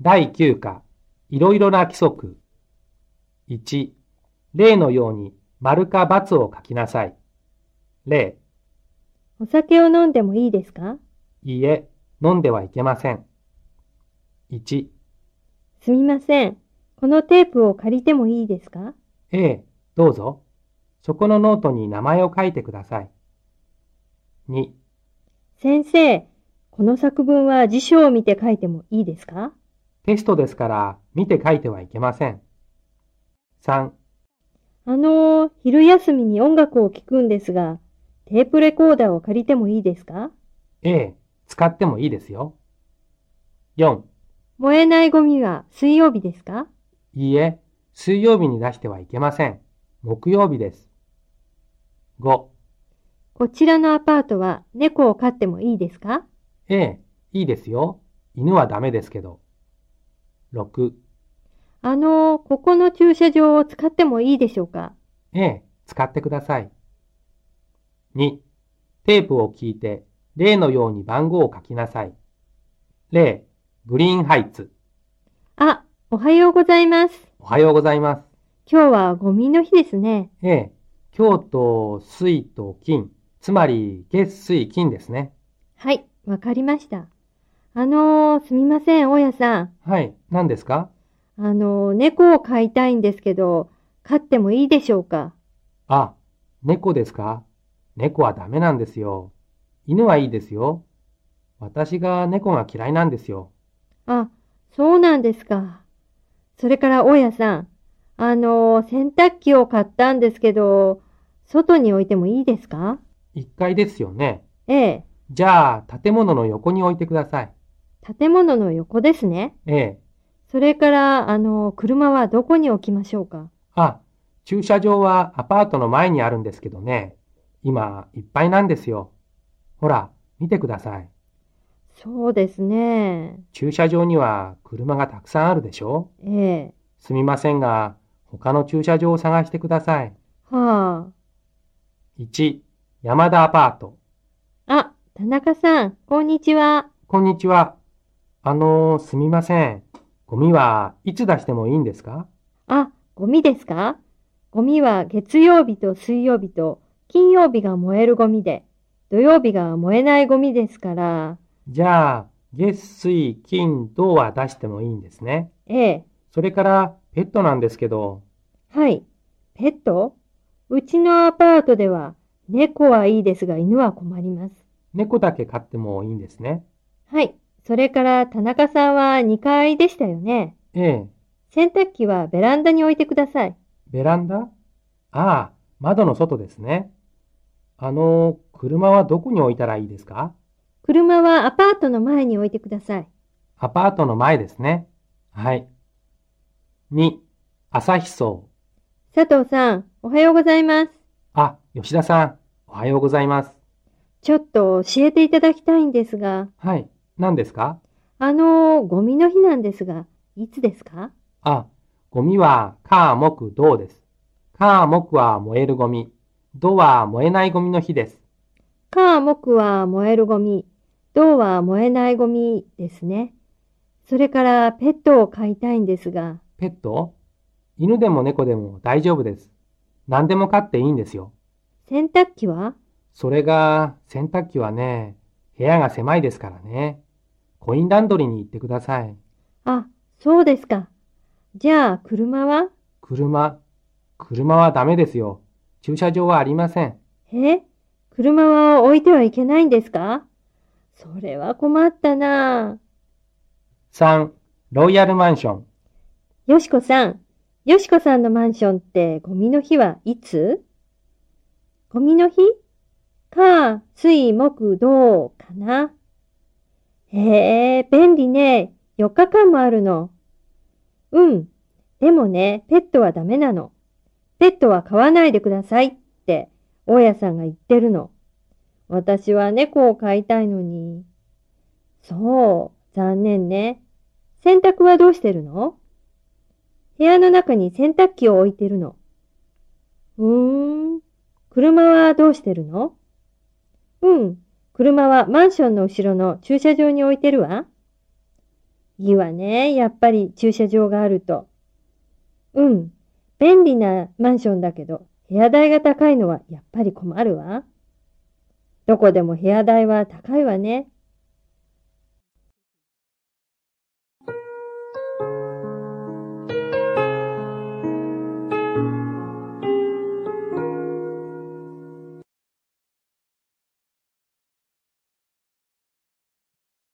第9課、いろいろな規則。1、例のように丸か×を書きなさい。例、お酒を飲んでもいいですかいいえ、飲んではいけません。1、すみません。このテープを借りてもいいですかええ、どうぞ。そこのノートに名前を書いてください。2、先生、この作文は辞書を見て書いてもいいですかテストですから見て書いてはいけません。3、あのー、昼休みに音楽を聴くんですが、テープレコーダーを借りてもいいですかええ、使ってもいいですよ。4、燃えないゴミは水曜日ですかいいえ、水曜日に出してはいけません。木曜日です。5、こちらのアパートは猫を飼ってもいいですかええ、いいですよ。犬はダメですけど。6、あのー、ここの駐車場を使ってもいいでしょうかええ、使ってください。2、テープを聞いて、例のように番号を書きなさい。例、グリーンハイツ。あ、おはようございます。おはようございます。今日はゴミの日ですね。ええ、今日と水と金、つまり月水金ですね。はい、わかりました。あのー、すみません、大家さん。はい、何ですかあのー、猫を飼いたいんですけど、飼ってもいいでしょうかあ、猫ですか猫はダメなんですよ。犬はいいですよ。私が猫が嫌いなんですよ。あ、そうなんですか。それから、大家さん。あのー、洗濯機を買ったんですけど、外に置いてもいいですか1階ですよね。ええ、じゃあ、建物の横に置いてください。建物の横ですね。ええ。それから、あのー、車はどこに置きましょうかあ、駐車場はアパートの前にあるんですけどね。今、いっぱいなんですよ。ほら、見てください。そうですね。駐車場には車がたくさんあるでしょええ、すみませんが、他の駐車場を探してください。はあ。 1、山田アパート。あ、田中さん、こんにちは。こんにちは。あの、すみません。ゴミはいつ出してもいいんですかあ、ゴミですかゴミは月曜日と水曜日と金曜日が燃えるゴミで、土曜日が燃えないゴミですから、じゃあ、月、水、金、土は出してもいいんですね。ええ、それから、ペットなんですけど、はい。ペットうちのアパートでは猫はいいですが犬は困ります。猫だけ飼ってもいいんですね。はい。それから田中さんは2階でしたよね。ええ、洗濯機はベランダに置いてください。ベランダああ、窓の外ですね。あの、車はどこに置いたらいいですか車はアパートの前に置いてください。アパートの前ですね。はい。2、朝日荘。佐藤さん、おはようございます。あ、吉田さん、おはようございます。ちょっと教えていただきたいんですが、はい、何ですかあのー、ゴミの日なんですが、いつですかあ、ゴミは、火、木、土です。火、木は燃えるゴミ。土は燃えないゴミの日です。火、木は燃えるゴミ、銅は燃えないゴミですね。それからペットを飼いたいんですが、ペット犬でも猫でも大丈夫です。何でも飼っていいんですよ。洗濯機はそれが、洗濯機はね、部屋が狭いですからね。コインランドリーに行ってください。あ、そうですか。じゃあ、車は車、車はダメですよ。駐車場はありません。え車は置いてはいけないんですかそれは困ったなあ3、ロイヤルマンション。よしこさん、よしこさんのマンションってゴミの日はいつゴミの日か、水、木、土かな。へえ、便利ね。4日間もあるの。うん。でもね、ペットはダメなの。ペットは飼わないでくださいって、大家さんが言ってるの。私は猫を飼いたいのに。そう、残念ね。洗濯はどうしてるの部屋の中に洗濯機を置いてるの。うーん。車はどうしてるのうん。車はマンションの後ろの駐車場に置いてるわ。いいわね。やっぱり駐車場があると。うん。便利なマンションだけど、部屋代が高いのはやっぱり困るわ。どこでも部屋代は高いわね。